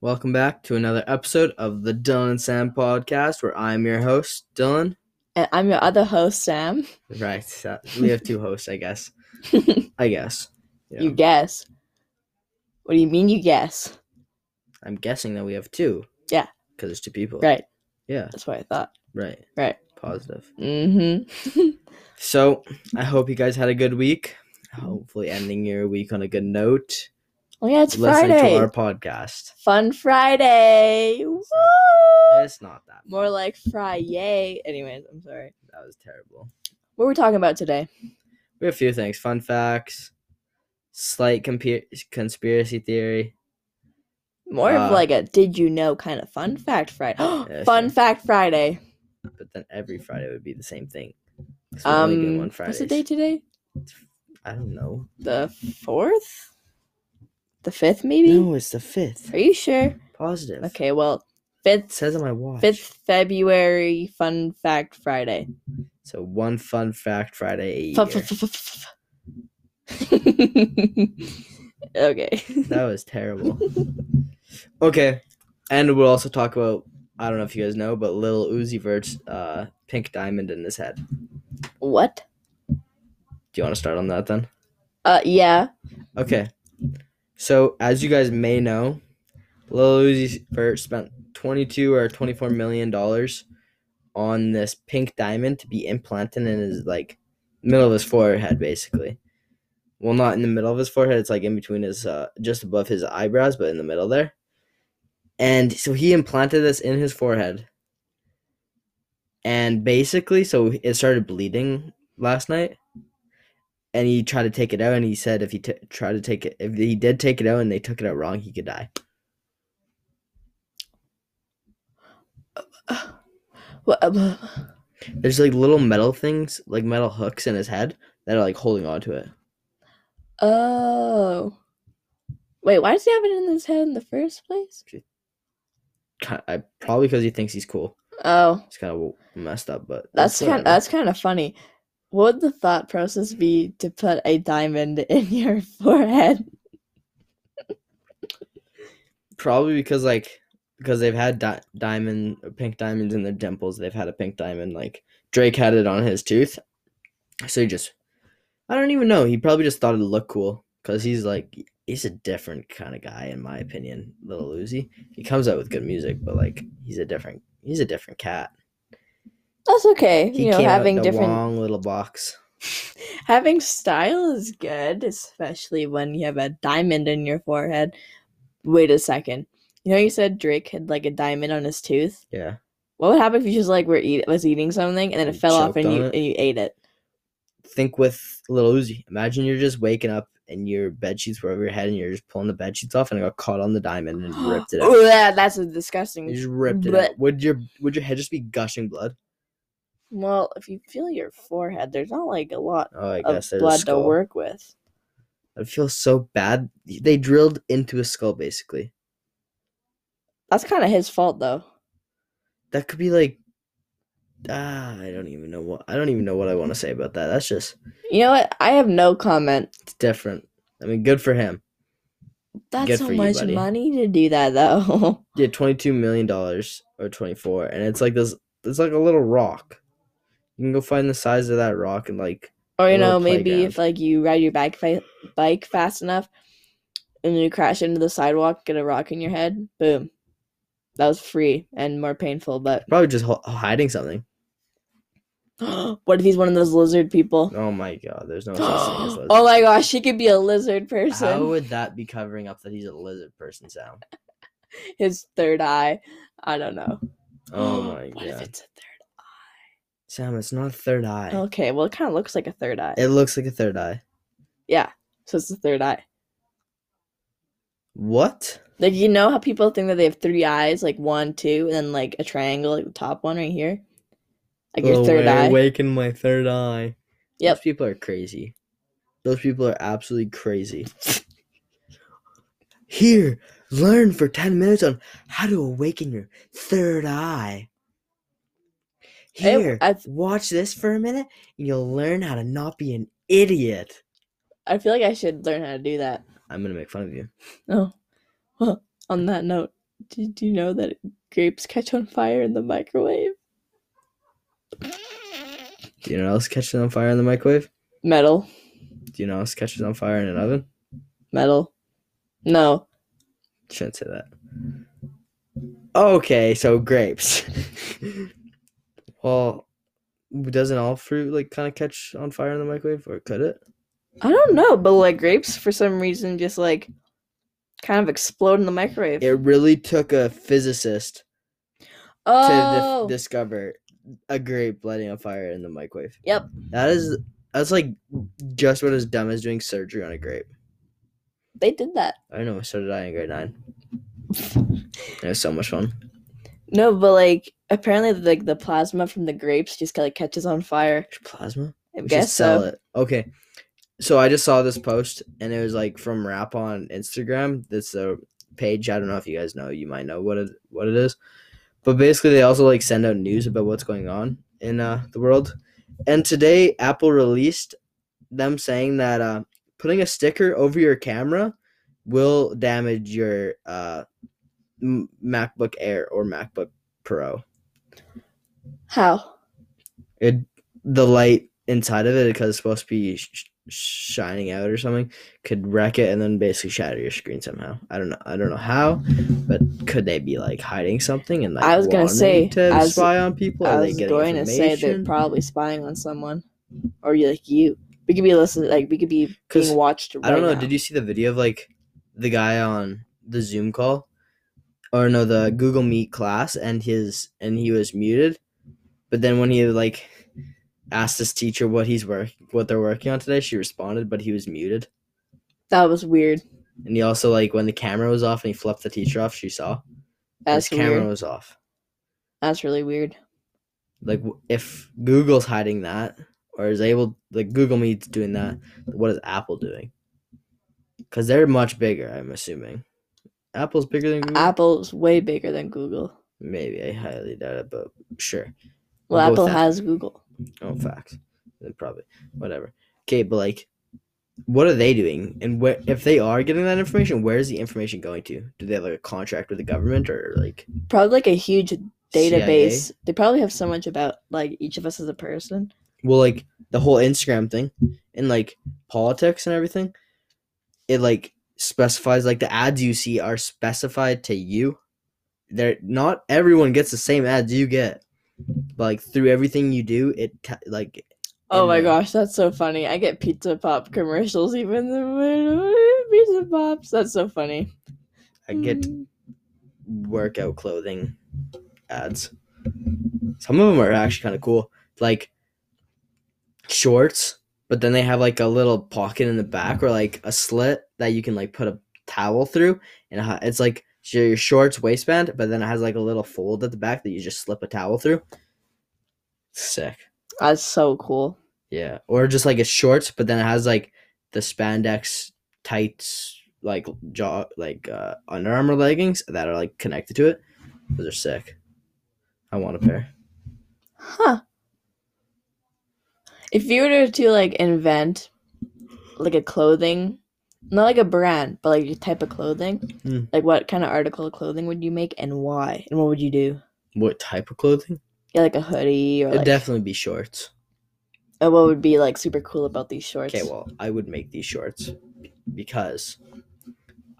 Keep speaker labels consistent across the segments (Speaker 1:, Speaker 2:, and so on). Speaker 1: Welcome back to another episode of the Dylan and Sam podcast, where I'm your host, Dylan.
Speaker 2: And I'm your other host, Sam.
Speaker 1: Right. uh, we have two hosts, I guess. I guess. Yeah.
Speaker 2: You guess. What do you mean you guess?
Speaker 1: I'm guessing that we have two.
Speaker 2: Yeah.
Speaker 1: Because there's two people.
Speaker 2: Right.
Speaker 1: Yeah.
Speaker 2: That's what I thought.
Speaker 1: Right.
Speaker 2: Right.
Speaker 1: Positive.
Speaker 2: Mm-hmm.
Speaker 1: So I hope you guys had a good week. Hopefully, ending your week on a good note.
Speaker 2: oh yeah, it's
Speaker 1: Listen
Speaker 2: Friday.
Speaker 1: to our podcast.
Speaker 2: Fun Friday. Woo!
Speaker 1: It's not that.
Speaker 2: More like fry yay. Anyways, I'm sorry.
Speaker 1: That was terrible.
Speaker 2: What were we talking about today?
Speaker 1: We have a few things: fun facts, slight compa- conspiracy theory.
Speaker 2: More of
Speaker 1: Uh,
Speaker 2: like a did you know kind of fun fact Friday.
Speaker 1: Yeah,
Speaker 2: fun
Speaker 1: sure.
Speaker 2: fact Friday.
Speaker 1: but then every Friday would be the same thing. 'Cause we're only doing
Speaker 2: Mm-hmm. Um,
Speaker 1: one
Speaker 2: what's the
Speaker 1: Fridays.
Speaker 2: date today?
Speaker 1: I don't know.
Speaker 2: The fourth? The fifth, maybe?
Speaker 1: No, it's the fifth.
Speaker 2: Are you sure?
Speaker 1: Positive.
Speaker 2: Okay, well,
Speaker 1: It
Speaker 2: fifth
Speaker 1: says on my watch.
Speaker 2: Fifth February Fun Fact Friday.
Speaker 1: So one fun fact Friday. A
Speaker 2: Fu- fu-
Speaker 1: year.
Speaker 2: fu- fu- fu- fu- okay.
Speaker 1: that was terrible. okay, and we'll also talk about. I don't know if you guys know, but Little Uzi Vert's uh, pink diamond in his head. Do
Speaker 2: What?
Speaker 1: you want to start on that then?
Speaker 2: Uh, yeah.
Speaker 1: Okay. So as you guys may know, Lil Uzi Vert spent 22 or 24 million dollars on this pink diamond to be implanted in his like middle of his forehead, basically. Well, not in the middle of his forehead. It's like in between his, uh, just above his eyebrows, but in the middle there. And so he implanted this in his forehead. And basically, so it started bleeding last night and he tried to take it out and he said if he t- tried to take it if he did take it out and they took it out wrong he could die
Speaker 2: What, um,
Speaker 1: there's like little metal things like metal hooks in his head that are like holding on to it
Speaker 2: oh. Wait, why does he have it in his head in the first place?
Speaker 1: Ki- I, probably because he thinks he's cool
Speaker 2: Oh,
Speaker 1: it's kind of messed up but
Speaker 2: that's
Speaker 1: it's
Speaker 2: kind.
Speaker 1: whatever.
Speaker 2: That's kind of funny. What would the thought process be to put a diamond in your forehead?
Speaker 1: probably because like because they've had di- diamond pink diamonds in their dimples they've had a pink diamond like drake had it on his tooth so he just i don't even know he probably just thought it looked cool because he's like he's a different kind of guy in my opinion little uzi he comes out with good music but like he's a different he's a different cat
Speaker 2: That's okay.
Speaker 1: he
Speaker 2: you know,
Speaker 1: came out
Speaker 2: having
Speaker 1: in a
Speaker 2: different
Speaker 1: long little box
Speaker 2: Having style is good, especially when you have a diamond in your forehead. Wait a second. You know, you said Drake had like a diamond on his tooth.
Speaker 1: yeah
Speaker 2: What would happen if you just like were eat- was eating something and then it
Speaker 1: You
Speaker 2: fell off
Speaker 1: choked
Speaker 2: and
Speaker 1: on
Speaker 2: you
Speaker 1: it?
Speaker 2: and you ate it?
Speaker 1: think with little uzi imagine you're just waking up and your bed sheets were over your head and you're just pulling the bed sheets off and it got caught on the diamond and ripped it out
Speaker 2: Ooh, that- that's a
Speaker 1: You
Speaker 2: disgusting.
Speaker 1: just ripped it
Speaker 2: But-
Speaker 1: out. Would your would your head just be gushing blood?
Speaker 2: Well, if you feel your forehead, there's not like a lot
Speaker 1: Oh, I
Speaker 2: of
Speaker 1: guess there's a
Speaker 2: blood to
Speaker 1: skull.
Speaker 2: work with.
Speaker 1: I feel so bad. They drilled into his skull basically.
Speaker 2: That's kind of his fault though.
Speaker 1: That could be like ah, I don't even know what I don't even know what I want to say about that. That's just
Speaker 2: You know what? I have no comment.
Speaker 1: it's different. I mean, good for him.
Speaker 2: That's
Speaker 1: Good
Speaker 2: so
Speaker 1: for you,
Speaker 2: much
Speaker 1: buddy.
Speaker 2: money to do that though.
Speaker 1: Yeah, twenty two million dollars or twenty four, and it's like this. It's like a little rock. You can go find the size of that rock and like
Speaker 2: Or
Speaker 1: a
Speaker 2: you know,
Speaker 1: little
Speaker 2: maybe if like you ride your bike fa- bike fast enough, and you crash into the sidewalk, get a rock in your head, boom. That was free and more painful, but
Speaker 1: probably just ho- hiding something.
Speaker 2: what if he's one of those lizard people?
Speaker 1: Oh my god, there's no such thing as lizard.
Speaker 2: oh my gosh, he could be a lizard person.
Speaker 1: How would that be covering up that he's a lizard person, Sam?
Speaker 2: His third eye, I don't know.
Speaker 1: Oh my god.
Speaker 2: What if it's a third?
Speaker 1: Sam, it's not a third eye.
Speaker 2: eye? Okay, well, it kind of looks like a third eye,
Speaker 1: It looks like a third eye.
Speaker 2: so it's the third eye.
Speaker 1: What?
Speaker 2: Like you know how people think that they have three eyes, like one, two, and then like a triangle, like the top one right here, like
Speaker 1: Oh,
Speaker 2: your third eye.
Speaker 1: Waking my third eye.
Speaker 2: Yep.
Speaker 1: Those people are crazy. Those people are absolutely crazy. Here, learn for 10 minutes on how to awaken your third eye.
Speaker 2: It-
Speaker 1: Here,
Speaker 2: I-
Speaker 1: watch this for a minute and you'll learn how to not be an idiot.
Speaker 2: I feel like I should learn how to do that.
Speaker 1: I'm going to make fun of you.
Speaker 2: Oh, well, on that note, Did you know that grapes catch on fire in the microwave?
Speaker 1: Do you know what else catches on fire in the microwave?
Speaker 2: Metal.
Speaker 1: Do you know what else catches on fire in an oven?
Speaker 2: Metal. No.
Speaker 1: Shouldn't say that. Okay, so grapes. well, doesn't all fruit like kind of catch on fire in the microwave, or could it?
Speaker 2: I don't know, but like grapes for some reason just like kind of explode in the microwave.
Speaker 1: It really took a physicist to
Speaker 2: oh.
Speaker 1: dif- discover a grape lighting on fire in the microwave.
Speaker 2: Yep.
Speaker 1: That is that's like just what is dumb as doing surgery on a grape.
Speaker 2: they did that.
Speaker 1: I know, so did I in grade nine. It was so much fun.
Speaker 2: No, but like apparently like the plasma from the grapes just kind of catches on fire.
Speaker 1: Plasma. We
Speaker 2: I
Speaker 1: should
Speaker 2: guess
Speaker 1: sell
Speaker 2: so.
Speaker 1: it. Okay. So I just saw this post and it was like from Rap on Instagram. That's a page. I don't know if you guys know. You might know what it what it is. But basically they also like send out news about what's going on in uh, the world. And today Apple released them saying that uh, putting a sticker over your camera will damage your uh, M- MacBook Air or MacBook Pro.
Speaker 2: How?
Speaker 1: it the light inside of it because it's supposed to be sh- sh- shining out or something could wreck it and then basically shatter your screen somehow i don't know i don't know how but could they be like hiding something and like
Speaker 2: I was gonna
Speaker 1: wanting
Speaker 2: say,
Speaker 1: to
Speaker 2: I was-
Speaker 1: spy on people
Speaker 2: I
Speaker 1: Are they
Speaker 2: was
Speaker 1: getting
Speaker 2: going to say they're
Speaker 1: information?
Speaker 2: probably spying on someone, or you like you. We could be listening. Like we could be
Speaker 1: 'Cause
Speaker 2: being watched.
Speaker 1: i don't know did you see the video of like the guy on the zoom call or no the google meet class and his and he was muted but then when he like asked his teacher what he's work what they're working on today she responded but he was muted
Speaker 2: That was weird.
Speaker 1: And he also like when the camera was off and he flipped the teacher off, she saw
Speaker 2: That's
Speaker 1: his camera
Speaker 2: weird.
Speaker 1: was off.
Speaker 2: That's really weird.
Speaker 1: Like w- if Google's hiding that or is able like Google Meet's doing that, what is Apple doing? Because they're much bigger, I'm assuming. Apple's bigger than Google.
Speaker 2: Apple's way bigger than Google.
Speaker 1: Maybe I highly doubt it, but sure.
Speaker 2: Well,
Speaker 1: Both
Speaker 2: Apple
Speaker 1: have-
Speaker 2: has Google.
Speaker 1: Oh, facts. Then Probably whatever. Okay, but like, what are they doing? And where if they are getting that information, where is the information going to? Do they have like a contract with the government or like
Speaker 2: Probably like a huge database.
Speaker 1: CIA?
Speaker 2: They probably have so much about like each of us as a person.
Speaker 1: well like the whole instagram thing and like politics and everything it like specifies like the ads you see are specified to you they're not everyone gets the same ads you get but like through everything you do it t- like And,
Speaker 2: Oh my
Speaker 1: uh,
Speaker 2: gosh, that's so funny. I get pizza pop commercials even the pizza pops. That's so funny.
Speaker 1: i get
Speaker 2: Mm.
Speaker 1: workout clothing ads some of them are actually kind of cool like shorts but then they have like a little pocket in the back or like a slit that you can like put a towel through and it ha- it's like so your shorts waistband but then it has like a little fold at the back that you just slip a towel through sick
Speaker 2: That's so cool.
Speaker 1: yeah or just like a shorts but then it has like the spandex tights like jaw like uh under armor leggings that are like connected to it those are sick i want a pair
Speaker 2: Huh. If you were to like invent like a clothing, not like a brand, but like a type of clothing,
Speaker 1: Hmm.
Speaker 2: like what kind of article of clothing would you make and why? And what would you do?
Speaker 1: what type of clothing
Speaker 2: Yeah, like a hoodie or
Speaker 1: It'd
Speaker 2: like,
Speaker 1: definitely be shorts.
Speaker 2: and what would be like super cool about these shorts?
Speaker 1: Okay, well, I would make these shorts because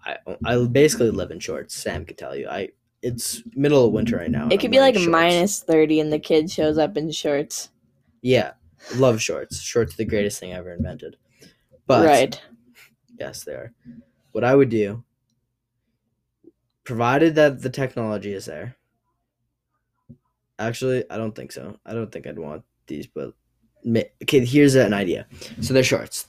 Speaker 1: I I basically live in shorts. Sam could tell you. I it's middle of winter right now. and
Speaker 2: it
Speaker 1: I'm
Speaker 2: could be like
Speaker 1: wearing shorts.
Speaker 2: minus 30 and the kid shows up in shorts.
Speaker 1: Yeah, love shorts. Shorts are the greatest thing ever invented. But
Speaker 2: right.
Speaker 1: yes, they are. What I would do, provided that the technology is there. Actually, I don't think so. I don't think I'd want these, but ma- okay. Here's an idea. So they're shorts.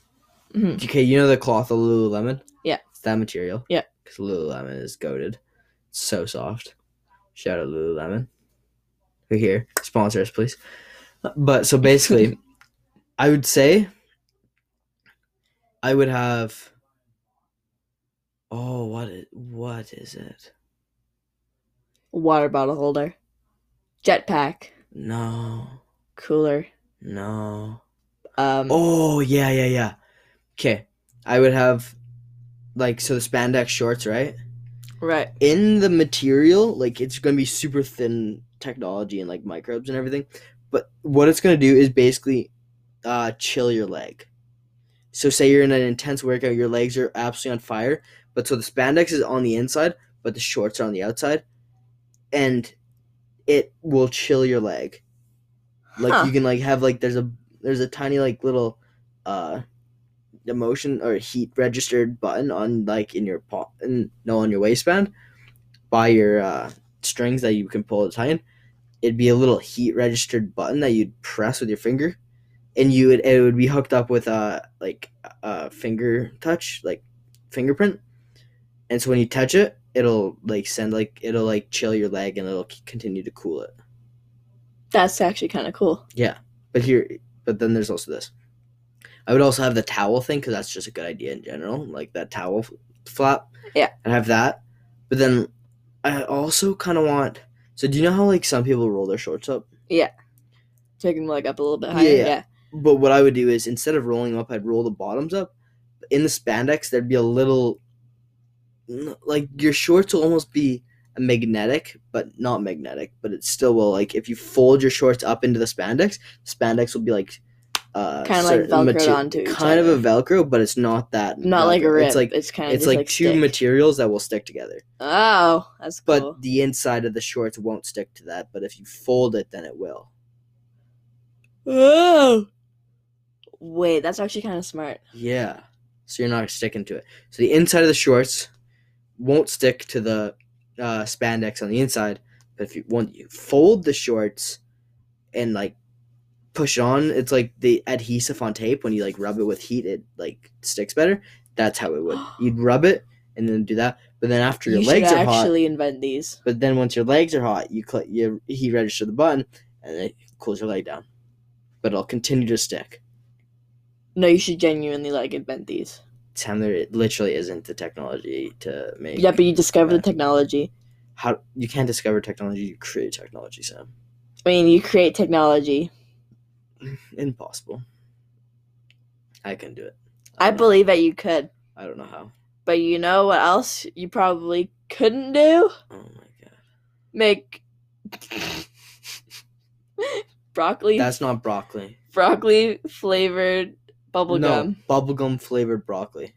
Speaker 2: Mhm.
Speaker 1: Okay, you know the cloth of Lululemon?
Speaker 2: Yeah.
Speaker 1: It's that material.
Speaker 2: Yeah.
Speaker 1: Because Lululemon is goaded. It's so soft. Shout out Lululemon. We're here. Sponsor us, please. But so basically, I would say I would have. Oh, what is, what is it?
Speaker 2: Water bottle holder. Jetpack.
Speaker 1: No.
Speaker 2: Cooler.
Speaker 1: No.
Speaker 2: Um
Speaker 1: Oh yeah, yeah, yeah. Okay, I would have, like, so the spandex shorts, right?
Speaker 2: Right.
Speaker 1: in the material, like it's gonna be super thin technology and like microbes and everything. But what it's gonna do is basically uh, chill your leg. So say you're in an intense workout, your legs are absolutely on fire, but so the spandex is on the inside, but the shorts are on the outside, and it will chill your leg. Like
Speaker 2: Huh.
Speaker 1: you can like have like there's a there's a tiny like little uh emotion or heat registered button on like in your paw and no on your waistband by your uh, strings that you can pull it tight it'd be a little heat registered button that you'd press with your finger and you would it would be hooked up with a like a finger touch like fingerprint and so when you touch it it'll like send like it'll like chill your leg and it'll c- continue to cool it
Speaker 2: That's actually kind of cool.
Speaker 1: but here but then there's also this i would also have the towel thing because that's just a good idea in general like that towel f- flap
Speaker 2: Yeah.
Speaker 1: and have that but then i also kind of want so do you know how like some people roll their shorts up
Speaker 2: Take them like up a little bit higher.
Speaker 1: Yeah.
Speaker 2: Yeah.
Speaker 1: But what I would do is instead of rolling up, I'd roll the bottoms up. In the spandex, there'd be a little, n- like your shorts will almost be magnetic, but not magnetic. But it still will like if you fold your shorts up into the spandex, spandex will be like, uh,
Speaker 2: Kinda like
Speaker 1: certain
Speaker 2: Velcroed onto each
Speaker 1: kind
Speaker 2: other.
Speaker 1: of a Velcro, but it's not that.
Speaker 2: Not like a
Speaker 1: Velcro.
Speaker 2: rib.
Speaker 1: It's like
Speaker 2: it's kind of
Speaker 1: it's like, two
Speaker 2: stick.
Speaker 1: materials that will stick together,
Speaker 2: Oh, that's
Speaker 1: but
Speaker 2: cool.
Speaker 1: the inside of the shorts won't stick to that. But if you fold it, then it will.
Speaker 2: Oh. Wait, that's actually kind of smart.
Speaker 1: Yeah. So you're not sticking to it. So the inside of the shorts won't stick to the uh, spandex on the inside, but if you want you fold the shorts and like push on, it's like the adhesive on tape when you like rub it with heat, it like sticks better. That's how it would. You'd rub it and then do that, but then after your
Speaker 2: you
Speaker 1: legs
Speaker 2: should
Speaker 1: are hot,
Speaker 2: actually invent these.
Speaker 1: but then once your legs are hot, you click you heat register the button and it cools your leg down, but it'll continue to stick.
Speaker 2: No, you should genuinely like invent these.
Speaker 1: Sam, there literally isn't the technology to make.
Speaker 2: Yeah, but you discover
Speaker 1: Yeah.
Speaker 2: the technology.
Speaker 1: how you can't discover technology, you create technology, Sam.
Speaker 2: I mean, you create technology.
Speaker 1: Impossible. I can do it.
Speaker 2: I
Speaker 1: don't know-
Speaker 2: believe that you could.
Speaker 1: I don't know how.
Speaker 2: But you know what else you probably couldn't do?
Speaker 1: Oh my god.
Speaker 2: Make broccoli
Speaker 1: That's not broccoli.
Speaker 2: broccoli flavored bubble
Speaker 1: no,
Speaker 2: gum.
Speaker 1: bubblegum flavored broccoli.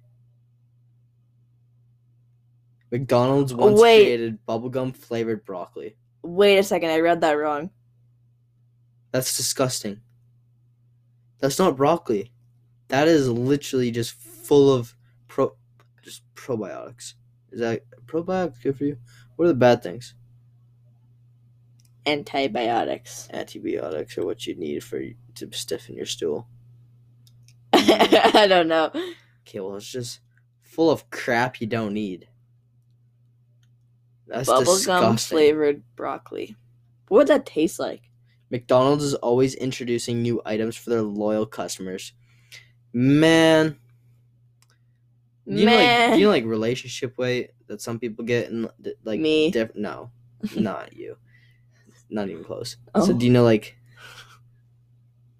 Speaker 1: McDonald's
Speaker 2: Oh,
Speaker 1: once
Speaker 2: wait.
Speaker 1: created bubblegum flavored broccoli.
Speaker 2: Wait a second, I read that wrong.
Speaker 1: That's disgusting. That's not broccoli. That is literally just full of pro just probiotics. Is that probiotics good for you? What are the bad things?
Speaker 2: Antibiotics.
Speaker 1: antibiotics are what you need for to stiffen your stool.
Speaker 2: I don't know.
Speaker 1: Okay, well it's just full of crap you don't need. That's
Speaker 2: Bubblegum
Speaker 1: disgusting.
Speaker 2: flavored broccoli. What would that taste like?
Speaker 1: McDonald's is always introducing new items for their loyal customers. Man, do you know,
Speaker 2: Man.
Speaker 1: like do you know, like relationship weight that some people get and like
Speaker 2: Me.
Speaker 1: Diff- no, not you. Not even close.
Speaker 2: oh.
Speaker 1: So do you know like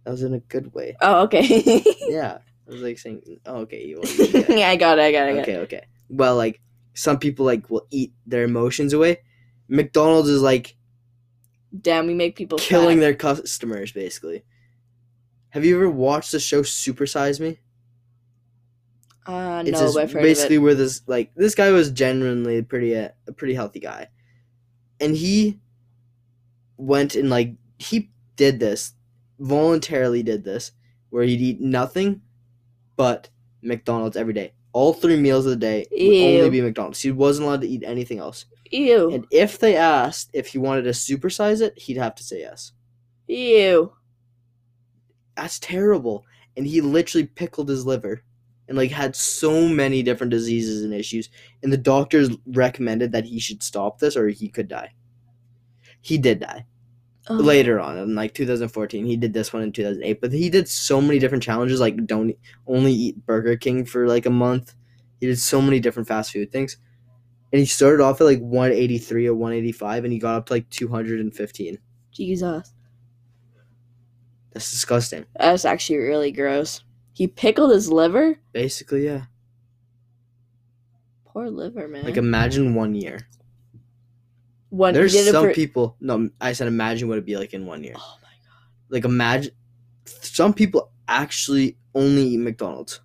Speaker 1: that was in a good way?
Speaker 2: oh, okay.
Speaker 1: Yeah, I was like saying, oh, okay, you. want to get-
Speaker 2: yeah, I got it, I got it, I got it.
Speaker 1: Okay, okay. Well, like some people like will eat their emotions away. McDonald's is like
Speaker 2: Damn, we make people
Speaker 1: killing
Speaker 2: fat.
Speaker 1: their customers basically. Have you ever watched the show Supersize Me?
Speaker 2: Uh,
Speaker 1: It's
Speaker 2: no,
Speaker 1: this-
Speaker 2: but I've heard
Speaker 1: basically
Speaker 2: of
Speaker 1: where this like this guy was genuinely pretty uh, a pretty healthy guy, and he went and like he did this voluntarily did this where he'd eat nothing but McDonald's every day. All three meals of the day would only
Speaker 2: Ew.
Speaker 1: be McDonald's. He wasn't allowed to eat anything else.
Speaker 2: it. Ew.
Speaker 1: And if they asked if he wanted to supersize it, he'd have to say yes.
Speaker 2: Ew.
Speaker 1: That's terrible. And he literally pickled his liver and like had so many different diseases and issues. And the doctors recommended that he should stop this or he could die. He did die
Speaker 2: Ugh.
Speaker 1: later on in like 2014. He did this one in 2008, but he did so many different challenges like don't e, only eat Burger King for like a month. He did so many different fast food things. And he started off at like 183 or 185 and he got up to like 215.
Speaker 2: Jesus.
Speaker 1: That's disgusting.
Speaker 2: That's actually really gross. He pickled his liver?
Speaker 1: Basically, yeah.
Speaker 2: poor liver, man.
Speaker 1: Like imagine one year.
Speaker 2: one, he
Speaker 1: There's
Speaker 2: did it
Speaker 1: some
Speaker 2: for-
Speaker 1: people. No, I said imagine what it'd be like in one year.
Speaker 2: Oh my
Speaker 1: Like imagine, some people actually only eat McDonald's,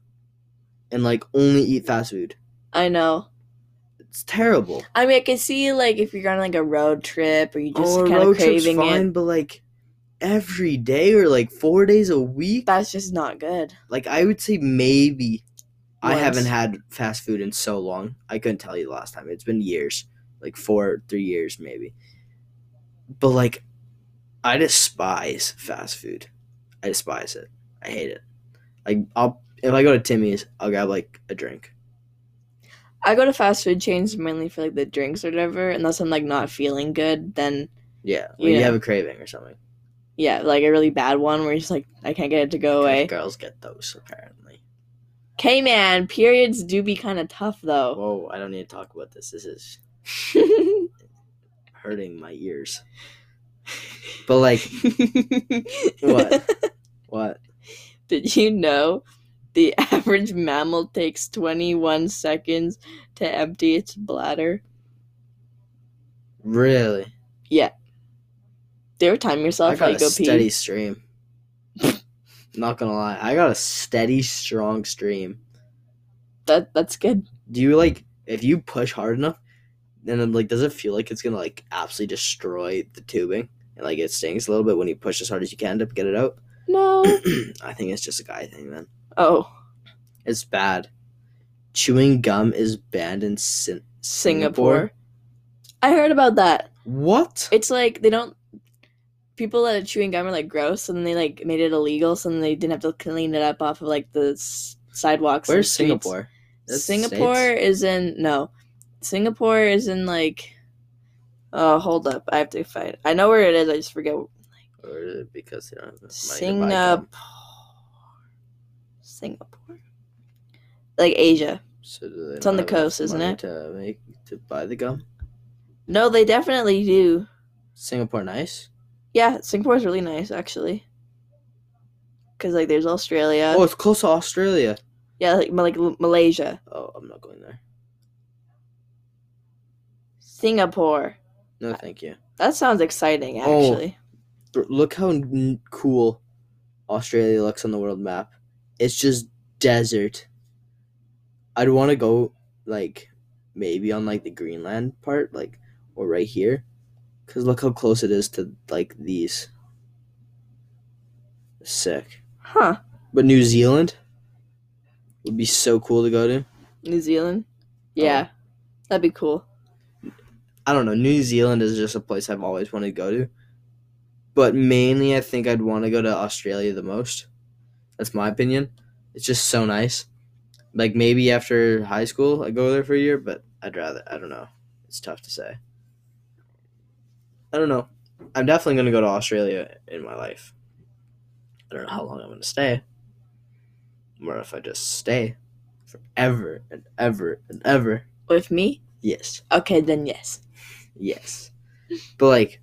Speaker 1: and like only eat fast food.
Speaker 2: I know.
Speaker 1: It's terrible.
Speaker 2: I mean, I can see like if you're on like a road trip or you just
Speaker 1: oh, a
Speaker 2: kind
Speaker 1: road
Speaker 2: of
Speaker 1: trip's
Speaker 2: craving
Speaker 1: fine,
Speaker 2: it.
Speaker 1: but like every day or like four days a week.
Speaker 2: That's just not good.
Speaker 1: Like I would say maybe I
Speaker 2: Once.
Speaker 1: haven't had fast food in so long. I couldn't tell you the last time. It's been years, like four, three years maybe. But like, I despise fast food. I despise it. I hate it. Like I'll if I go to Timmy's, I'll grab like a drink.
Speaker 2: I go to fast food chains mainly for like the drinks or whatever. Unless I'm like not feeling good, then
Speaker 1: Yeah, when you
Speaker 2: Yeah.
Speaker 1: have a craving or something.
Speaker 2: yeah, like a really bad one where you're just like I can't get it to go away.
Speaker 1: Girls get those apparently.
Speaker 2: Okay, man. Periods do be kind of tough though.
Speaker 1: Whoa! I don't need to talk about this. This is hurting my ears. But like,
Speaker 2: what?
Speaker 1: what?
Speaker 2: Did you know the average mammal takes 21 seconds to empty its bladder?
Speaker 1: Really?
Speaker 2: Do you ever time
Speaker 1: I
Speaker 2: yourself
Speaker 1: got
Speaker 2: while
Speaker 1: a
Speaker 2: you go
Speaker 1: steady
Speaker 2: pee?
Speaker 1: stream. Not gonna lie, I got a steady, strong stream.
Speaker 2: That that's good.
Speaker 1: Do you like if you push hard enough, then it, like does it feel like it's gonna like absolutely destroy the tubing and like it stings a little bit when you push as hard as you can to get it out?
Speaker 2: No.
Speaker 1: I think it's just a guy thing, man.
Speaker 2: Oh,
Speaker 1: It's bad. Chewing gum is banned in Sin-
Speaker 2: Singapore. I heard about that.
Speaker 1: What?
Speaker 2: It's like they don't people that are chewing gum are like gross and they like made it illegal so then they didn't have to clean it up off of like the s- sidewalks. and
Speaker 1: Where's
Speaker 2: streets.
Speaker 1: Singapore? That's
Speaker 2: Singapore
Speaker 1: States?
Speaker 2: is in no. Singapore is in like Oh, hold up. I have to find. I know where it is. I just forget.
Speaker 1: Or is it because they don't have enough money to buy
Speaker 2: Singapore.
Speaker 1: gum?
Speaker 2: Singapore. Like Asia.
Speaker 1: So do they
Speaker 2: It's on
Speaker 1: not have
Speaker 2: the
Speaker 1: enough
Speaker 2: coast, isn't
Speaker 1: money
Speaker 2: it?
Speaker 1: To make to buy the gum.
Speaker 2: No, they definitely do.
Speaker 1: Singapore nice.
Speaker 2: Yeah, Singapore's really nice actually. Cuz like there's Australia.
Speaker 1: Oh, it's close to Australia.
Speaker 2: Yeah, like, Ma- like L- Malaysia,
Speaker 1: Oh, I'm not going there.
Speaker 2: Singapore.
Speaker 1: No, thank you.
Speaker 2: That sounds
Speaker 1: Oh.
Speaker 2: exciting actually.
Speaker 1: Br- Look how n- cool Australia looks on the world map. It's just desert. I'd want to go like maybe on like the Greenland part, like or right here, cause look how close it is to like these. Sick.
Speaker 2: Huh.
Speaker 1: But New Zealand would be so cool to go to.
Speaker 2: New Zealand. Yeah.
Speaker 1: Oh.
Speaker 2: That'd be cool.
Speaker 1: I don't know. New Zealand is just a place I've always wanted to go to, but mainly I think I'd want to go to Australia the most. That's my opinion. It's just so nice. Like maybe after high school I go there for a year, but I'd rather I don't know. It's tough to say. I don't know. I'm definitely gonna go to Australia in my life. I don't know how long I'm gonna stay. Or if I just stay forever and ever and ever.
Speaker 2: With me?
Speaker 1: Yes.
Speaker 2: Okay, then yes.
Speaker 1: Yes. But like,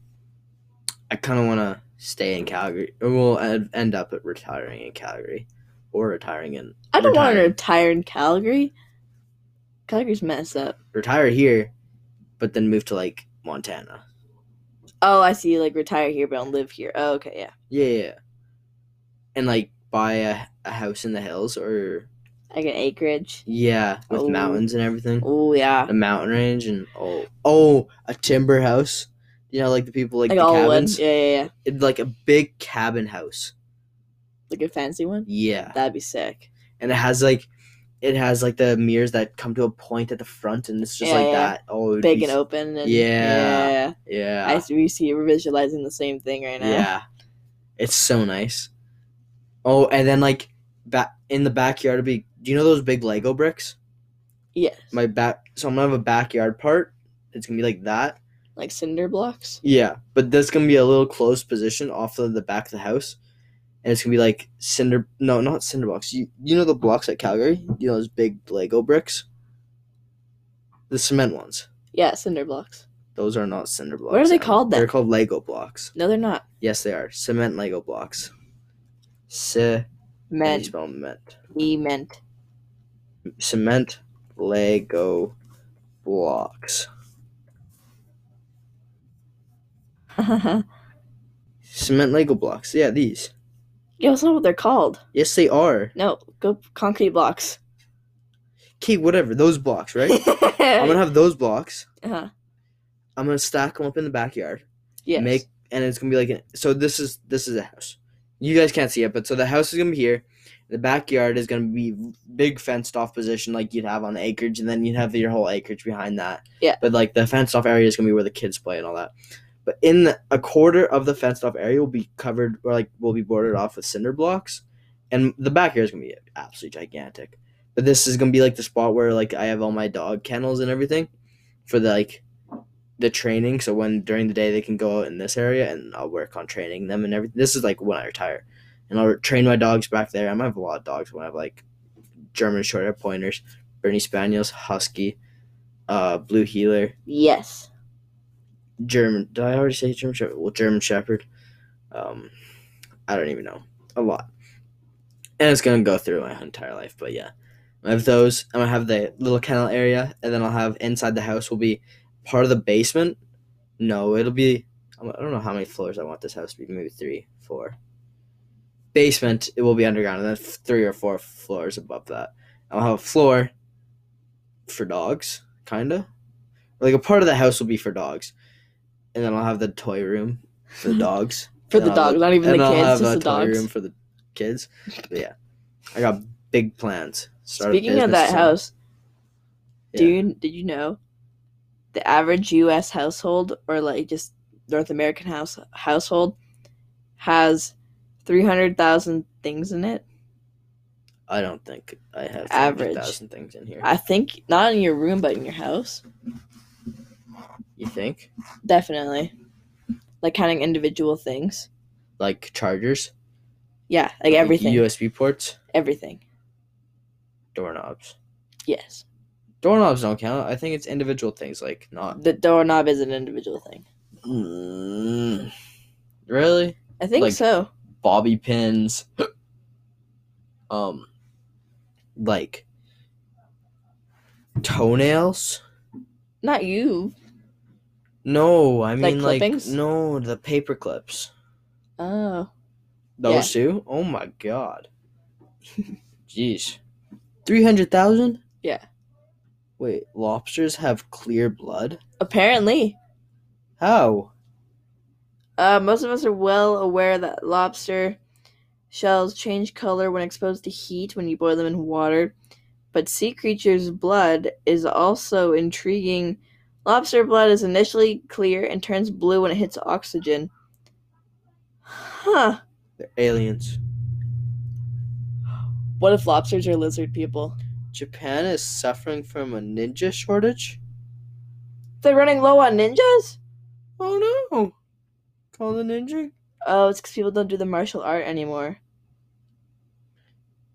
Speaker 1: I kind of want to stay in Calgary. Or we'll en- end up at retiring in Calgary, or retiring in
Speaker 2: I don't want to
Speaker 1: Retire.
Speaker 2: retire in Calgary. Calgary's messed up.
Speaker 1: retire here, but then move to like Montana.
Speaker 2: Oh, I see. Like retire here, but don't live here. Oh, okay, yeah.
Speaker 1: Yeah, yeah. yeah. And like buy a, a house in the hills, or
Speaker 2: Like an acreage.
Speaker 1: yeah, with
Speaker 2: Oh.
Speaker 1: mountains and everything,
Speaker 2: Oh yeah,
Speaker 1: a mountain range, and oh, oh, a timber house. You know, like the people like,
Speaker 2: like
Speaker 1: the
Speaker 2: all wood.
Speaker 1: cabins,
Speaker 2: Yeah, yeah, yeah.
Speaker 1: It'd, like a big cabin house.
Speaker 2: Like a fancy one.
Speaker 1: Yeah.
Speaker 2: That'd be sick.
Speaker 1: and it has like it has like the mirrors that come to a point at the front and it's just
Speaker 2: Yeah,
Speaker 1: like
Speaker 2: yeah.
Speaker 1: that oh it'd
Speaker 2: Big
Speaker 1: be
Speaker 2: and
Speaker 1: s-
Speaker 2: open. And,
Speaker 1: Yeah.
Speaker 2: yeah.
Speaker 1: yeah
Speaker 2: I s- we see we're visualizing the same thing right now.
Speaker 1: yeah it's so nice oh and then like back in the backyard it'd be do you know those big lego bricks
Speaker 2: Yes.
Speaker 1: my back so i'm gonna have a backyard part it's gonna be like that
Speaker 2: like cinder blocks.
Speaker 1: yeah but that's gonna be a little closed position off of the back of the house and it's gonna be like cinder no not cinder blocks you, you know the blocks at calgary you know those big lego bricks the cement ones
Speaker 2: Yeah, cinder blocks.
Speaker 1: Those are not cinder blocks.
Speaker 2: What are they
Speaker 1: Adam.
Speaker 2: called then?
Speaker 1: They're called Lego blocks.
Speaker 2: No, they're not
Speaker 1: Yes, they are cement Lego blocks. C-
Speaker 2: meant.
Speaker 1: spell meant.
Speaker 2: Me meant.
Speaker 1: Cement Lego blocks. Cement Lego blocks. Yeah, these.
Speaker 2: You also know what they're called.
Speaker 1: Yes, they are.
Speaker 2: No, go concrete blocks.
Speaker 1: Okay, whatever. Those blocks, right? I'm gonna have those blocks.
Speaker 2: uh-huh.
Speaker 1: I'm gonna stack them up in the backyard.
Speaker 2: Yes.
Speaker 1: Make and it's gonna be like an, so. This is this is a house. You guys can't see it, but so the house is gonna be here. The backyard is gonna be big fenced off position like you'd have on acreage, and then you'd have your whole acreage behind that.
Speaker 2: Yeah.
Speaker 1: But like the fenced off area is gonna be where the kids play and all that. But in the, a quarter of the fenced off area will be covered or like will be boarded off with cinder blocks, and the backyard is gonna be absolutely gigantic. But this is gonna be like the spot where like I have all my dog kennels and everything, for the like the training so when during the day they can go out in this area and I'll work on training them and everything. This is like when I retire. And I'll train my dogs back there. I might have a lot of dogs when I have like German short hair pointers, Bernie Spaniels, Husky, uh, Blue Heeler,
Speaker 2: Yes.
Speaker 1: German did I already say German Shepherd? Well German Shepherd. Um I don't even know. A lot. And it's gonna go through my entire life, but yeah. I have those. I'm gonna have the little kennel area, and then I'll have inside the house will be part of the basement. No, it'll be. I don't know how many floors I want this house to be. Maybe three, four. Basement. It will be underground, and then three or four floors above that. I'll have a floor for dogs, kinda. Like a part of the house will be for dogs, and then I'll have the toy room for the dogs.
Speaker 2: For
Speaker 1: And
Speaker 2: the
Speaker 1: I'll
Speaker 2: dogs,
Speaker 1: have-
Speaker 2: not even
Speaker 1: and
Speaker 2: the
Speaker 1: I'll
Speaker 2: kids,
Speaker 1: have
Speaker 2: just
Speaker 1: a
Speaker 2: the
Speaker 1: toy
Speaker 2: dogs.
Speaker 1: room for the kids. But yeah, I got big plans. Start a
Speaker 2: Speaking of
Speaker 1: business
Speaker 2: that
Speaker 1: soon.
Speaker 2: house,
Speaker 1: Yeah.
Speaker 2: do you did you know the average U.S. household or like just North American house household has three hundred thousand things in it?
Speaker 1: I don't think I have
Speaker 2: Average.
Speaker 1: average thousand things in here.
Speaker 2: I think not in your room, but in your house,
Speaker 1: you think
Speaker 2: definitely. Like counting individual things.
Speaker 1: like chargers,
Speaker 2: Yeah, like everything,
Speaker 1: USB ports,
Speaker 2: everything.
Speaker 1: doorknobs.
Speaker 2: Yes,
Speaker 1: Doorknobs don't count. I think it's individual things like not.
Speaker 2: the doorknob is an individual thing.
Speaker 1: Mm, really,
Speaker 2: I think
Speaker 1: Like-
Speaker 2: so.
Speaker 1: bobby pins. um, like toenails.
Speaker 2: Not you.
Speaker 1: No, I mean like,
Speaker 2: clippings?
Speaker 1: no the paper clips.
Speaker 2: Oh,
Speaker 1: Those two? Oh my god. Jeez. 300,000?
Speaker 2: Yeah.
Speaker 1: Wait, lobsters have clear blood?
Speaker 2: apparently.
Speaker 1: How?
Speaker 2: Uh, most of us are well aware that lobster shells change color when exposed to heat when you boil them in water, but sea creatures' blood is also intriguing. Lobster blood is initially clear and turns blue when it hits oxygen. Huh.
Speaker 1: They're aliens.
Speaker 2: What if lobsters are lizard people?
Speaker 1: Japan is suffering from a ninja shortage?
Speaker 2: They're running low on ninjas?
Speaker 1: Oh no! Call the ninja?
Speaker 2: Oh, it's because people don't do the martial art anymore.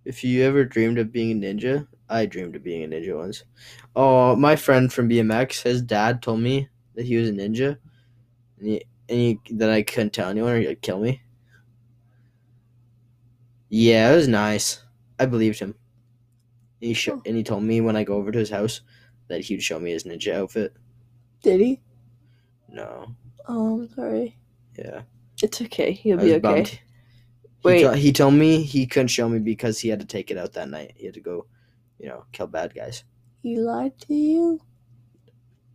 Speaker 1: If you ever dreamed of being a ninja, I dreamed of being a ninja once. Oh, my friend from BMX, his dad told me that he was a ninja, and, he, and he, that I couldn't tell anyone or he'd kill me. Yeah, it was nice. I believed him. And he sho-
Speaker 2: Oh.
Speaker 1: and he told me when I go over to his house that he'd show me his ninja outfit.
Speaker 2: Did he?
Speaker 1: No,
Speaker 2: Oh, I'm sorry.
Speaker 1: yeah,
Speaker 2: It's okay. He'll
Speaker 1: I was
Speaker 2: be okay.
Speaker 1: bummed. He
Speaker 2: Wait.
Speaker 1: to- he told me he couldn't show me because he had to take it out that night. He had to go, you know, kill bad guys.
Speaker 2: He lied to you?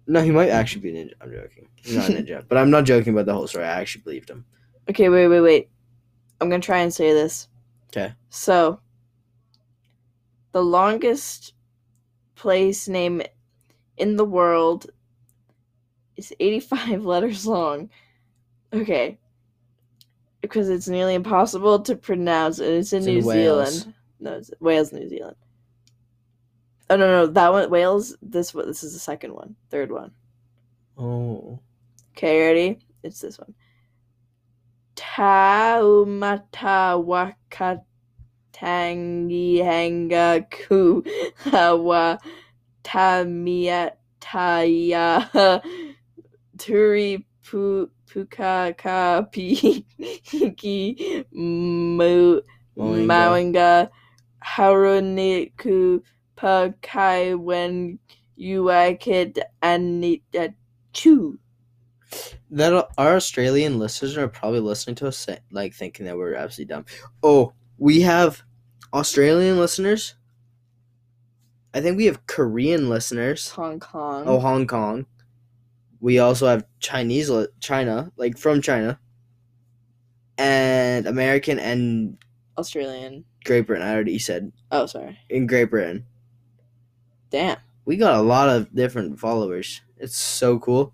Speaker 1: No, he might actually be a ninja. I'm joking. He's not a ninja. but I'm not joking about the whole story. I actually believed him.
Speaker 2: Okay, wait, wait, wait. I'm gonna try and say this.
Speaker 1: 'Kay.
Speaker 2: So, the longest place name in the world is 85 letters long. Okay. Because it's nearly impossible to pronounce, and it's in
Speaker 1: It's in
Speaker 2: New
Speaker 1: Wales.
Speaker 2: Zealand. No, it's Wales, New Zealand. Oh no, no, that one, Wales. This one, this is the second one, third one.
Speaker 1: Oh.
Speaker 2: Okay, ready? It's this one. Taumata wakatangianga ku hawa tamiataya turi pu puka ka piki mu
Speaker 1: Moinga.
Speaker 2: mawinga haruniku pakai when You I could and need that too.
Speaker 1: That our Australian listeners are probably listening to us say, like thinking that we're absolutely dumb. Oh, we have Australian listeners. I think we have Korean listeners.
Speaker 2: Hong Kong.
Speaker 1: Oh, Hong Kong. We also have Chinese, li- China, like from China, and American and
Speaker 2: Australian.
Speaker 1: Great Britain. I already said
Speaker 2: Oh, sorry.
Speaker 1: in Great Britain.
Speaker 2: Damn.
Speaker 1: We got a lot of different followers. It's so cool.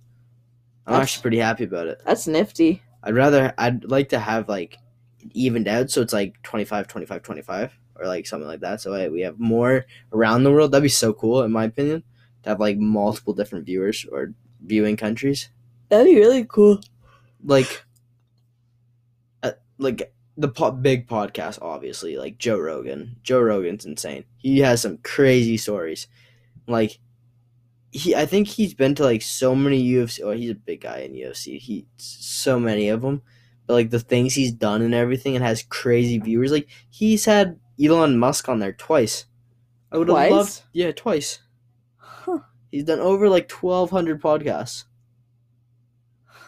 Speaker 1: I'm
Speaker 2: That's-
Speaker 1: actually pretty happy about it.
Speaker 2: That's nifty.
Speaker 1: I'd rather I'd like to have like it evened out so it's like 25 25 25 or like something like that. So I, we have more around the world. That'd be so cool in my opinion to have like multiple different viewers or viewing countries.
Speaker 2: That'd be really cool.
Speaker 1: Like uh, like the po- big podcast obviously, like Joe Rogan. Joe Rogan's insane. He has some crazy stories. Like he I think he's been to like so many UFC or he's a big guy in UFC. He so many of them. But like the things he's done and everything and has crazy viewers. Like he's had Elon Musk on there twice. I would
Speaker 2: Twice?
Speaker 1: have loved Yeah, twice.
Speaker 2: Huh.
Speaker 1: He's done over like 1200 podcasts.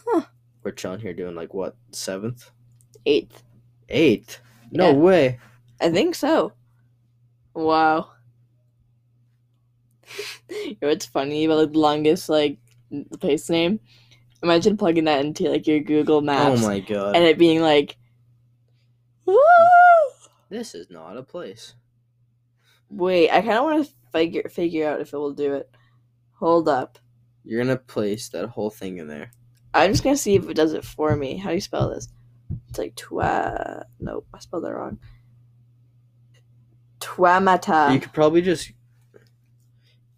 Speaker 2: Huh.
Speaker 1: We're chilling here doing like what? 7th?
Speaker 2: Eighth.
Speaker 1: 8th. No
Speaker 2: Yeah.
Speaker 1: way.
Speaker 2: I think so. Wow. you know what's funny about like the longest like n- place name? Imagine plugging that into like your Google Maps
Speaker 1: Oh my god.
Speaker 2: and it being like Woo!
Speaker 1: this is not a place.
Speaker 2: Wait, I kinda wanna figure figure out if it will do it. Hold up.
Speaker 1: You're going to place that whole thing in there.
Speaker 2: I'm just gonna see if it does it for me. How do you spell this? It's like twa nope, I spelled that wrong. Twamata.
Speaker 1: you could probably just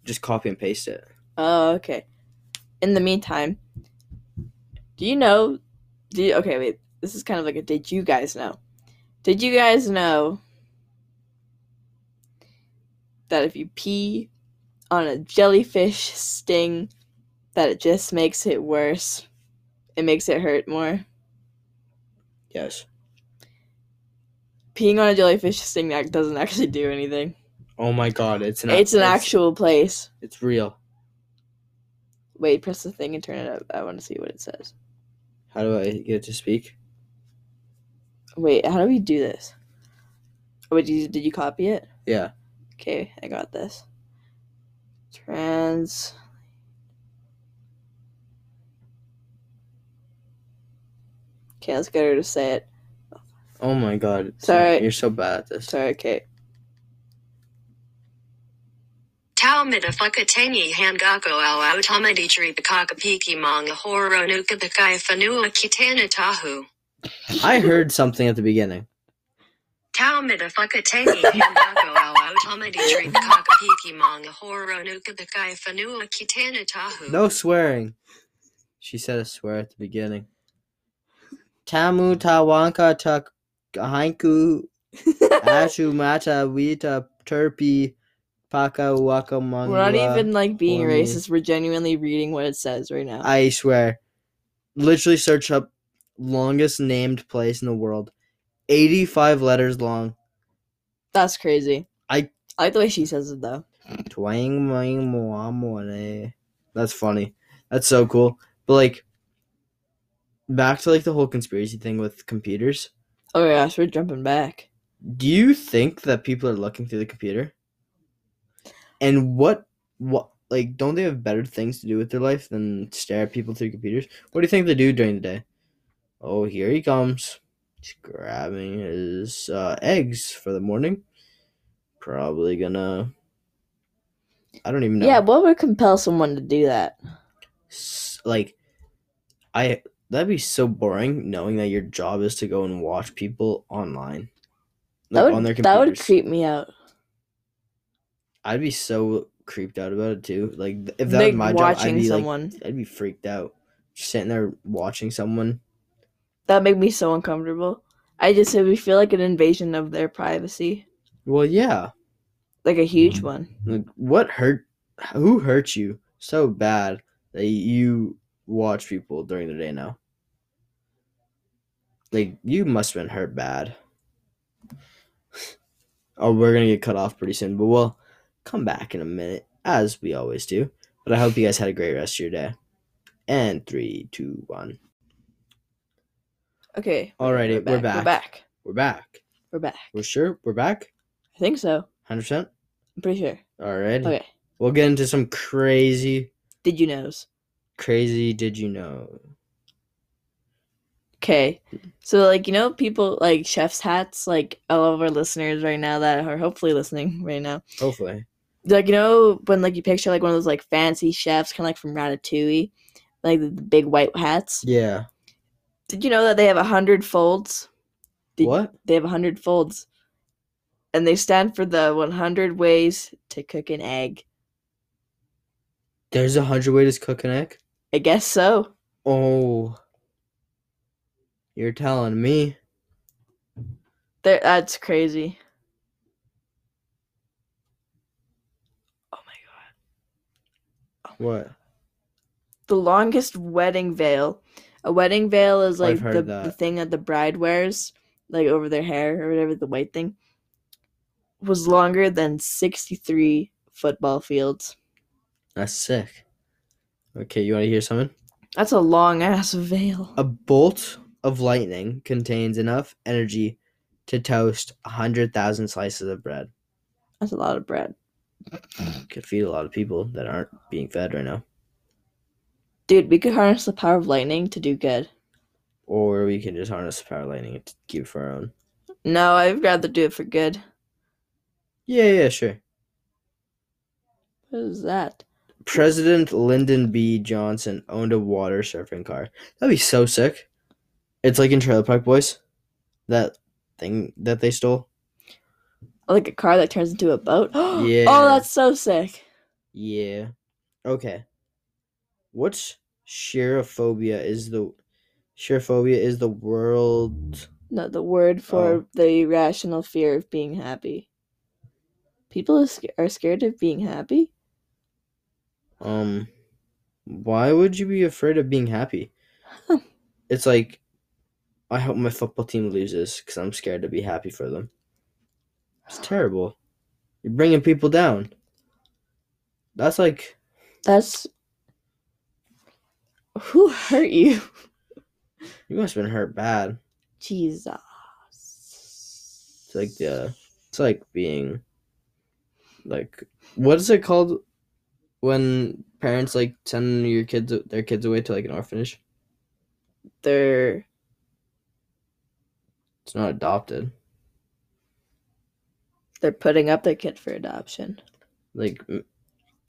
Speaker 1: just copy and paste it.
Speaker 2: Oh, okay. In the meantime, do you know? Do you, okay, wait. This is kind of like a did you guys know? Did you guys know that if you pee on a jellyfish sting, that it just makes it worse? It makes it hurt more.
Speaker 1: Yes.
Speaker 2: Peeing on a jellyfish sting act doesn't actually do anything.
Speaker 1: Oh my god, it's an
Speaker 2: it's an actual place.
Speaker 1: It's real.
Speaker 2: Wait, press the thing and turn it up. I want to see what it says.
Speaker 1: How do I get it to speak?
Speaker 2: Wait, how do we do this? Oh, Wait, did you, did you copy it?
Speaker 1: Yeah.
Speaker 2: Okay, I got this. Trans. Okay, let's get her to say it.
Speaker 1: Oh my god. it's-
Speaker 2: Sorry.
Speaker 1: You're so bad at this.
Speaker 2: Sorry, okay.
Speaker 3: Taumata Fukatangi Hangako Ao Automati Tree Pakakapiki Manga Horo Nukapakai Fanua Kitana Tahu.
Speaker 1: I heard something at the beginning.
Speaker 3: Taumata Fukatangi Hangako Ao Automati Tree Pakakapiki Manga Horo Nukapakai Fanua Kitana Tahu.
Speaker 1: No swearing. She said a swear at the beginning. Tamu tawanka tak hainku ashu mata wita terpi paka waka
Speaker 2: We're not
Speaker 1: mangua.
Speaker 2: even like being
Speaker 1: Wangi.
Speaker 2: racist. We're genuinely reading what it says right now.
Speaker 1: I swear. Literally search up longest named place in the world. 85 letters long.
Speaker 2: That's crazy.
Speaker 1: I-
Speaker 2: I like the way she says it though.
Speaker 1: Twang mwang, mwa, mwa, eh. That's funny. That's so cool. But like back to like the whole conspiracy thing with computers.
Speaker 2: Oh my gosh, we're jumping back.
Speaker 1: Do you think that people are looking through the computer? And what what like don't they have better things to do with their life than stare at people through computers? What do you think they do during the day? Oh, here he comes. He's grabbing his uh, eggs for the morning. Probably gonna I don't even know.
Speaker 2: Yeah, what would compel someone to do that?
Speaker 1: S- like I that'd be so boring knowing that your job is to go and watch people online.
Speaker 2: That
Speaker 1: Like,
Speaker 2: would,
Speaker 1: on their
Speaker 2: that would
Speaker 1: computers.
Speaker 2: creep me out.
Speaker 1: I'd be so creeped out about it too. Like th- if that
Speaker 2: Like
Speaker 1: was my job, I'd
Speaker 2: watching
Speaker 1: be
Speaker 2: someone.
Speaker 1: like, I'd be freaked out, just sitting there watching someone.
Speaker 2: That made me so uncomfortable. I just it would feel like an invasion of their privacy,
Speaker 1: Well, yeah.
Speaker 2: like a
Speaker 1: Mm-hmm.
Speaker 2: huge one.
Speaker 1: Like, what hurt? Who hurt you so bad that you watch people during the day now? Like you must have been hurt bad. Oh, we're gonna get cut off pretty soon, but we'll come back in a minute as we always do. But I hope you guys had a great rest of your day. And three, two, one.
Speaker 2: Okay.
Speaker 1: Alrighty, we're back.
Speaker 2: We're back.
Speaker 1: We're back.
Speaker 2: We're back.
Speaker 1: We're sure we're back.
Speaker 2: I think so.
Speaker 1: Hundred percent.
Speaker 2: I'm pretty sure.
Speaker 1: Alrighty.
Speaker 2: Okay.
Speaker 1: We'll get into some crazy,
Speaker 2: Did you knows?
Speaker 1: crazy. Did you know?
Speaker 2: Okay. So like you know people like chef's hats like all of our listeners right now that are hopefully listening right now.
Speaker 1: Hopefully.
Speaker 2: Like you know when like you picture like one of those like fancy chefs kind of like from Ratatouille, like the, the big white hats.
Speaker 1: Yeah.
Speaker 2: Did you know that they have a hundred folds? Did-
Speaker 1: what?
Speaker 2: They have a hundred folds, and they stand for the one hundred ways to cook an egg.
Speaker 1: There's a hundred ways to cook an egg.
Speaker 2: I guess so.
Speaker 1: Oh. You're telling me.
Speaker 2: There, that's crazy. Oh my god.
Speaker 1: What?
Speaker 2: the longest wedding veil. A wedding veil is
Speaker 1: I've
Speaker 2: like
Speaker 1: heard
Speaker 2: the, the
Speaker 1: that.
Speaker 2: thing that the bride wears, like over their hair or whatever, the white thing, was longer than 63 football fields.
Speaker 1: That's sick. Okay, you want to hear something?
Speaker 2: That's a long ass veil.
Speaker 1: A bolt of lightning contains enough energy to toast 100,000 slices of bread.
Speaker 2: That's a lot of bread.
Speaker 1: Could feed a lot of people that aren't being fed right now.
Speaker 2: Dude, we could harness the power of lightning to do good.
Speaker 1: Or we can just harness the power of lightning to keep it for our own.
Speaker 2: No, I'd rather do it for good.
Speaker 1: Yeah, yeah, sure.
Speaker 2: What is that?
Speaker 1: President Lyndon B. Johnson owned a water surfing car. That'd be so sick. It's like in Trailer Park Boys, that thing that they stole.
Speaker 2: Like a car that turns into a boat?
Speaker 1: Yeah.
Speaker 2: Oh, that's so sick.
Speaker 1: Yeah. Okay. What's sheerophobia is the sheerophobia is the world
Speaker 2: No, the word for
Speaker 1: Oh.
Speaker 2: the irrational fear of being happy. People are, sc- are scared of being happy.
Speaker 1: um why would you be afraid of being happy? It's like I hope my football team loses cuz I'm scared to be happy for them. It's terrible. You're bringing people down. That's like
Speaker 2: That's who hurt you,
Speaker 1: you must have been hurt bad.
Speaker 2: Jesus.
Speaker 1: It's like the uh, it's like being like what is it called when parents like send your kids their kids away to like an orphanage?
Speaker 2: They're
Speaker 1: It's not adopted.
Speaker 2: they're putting up their kid for adoption.
Speaker 1: Like m-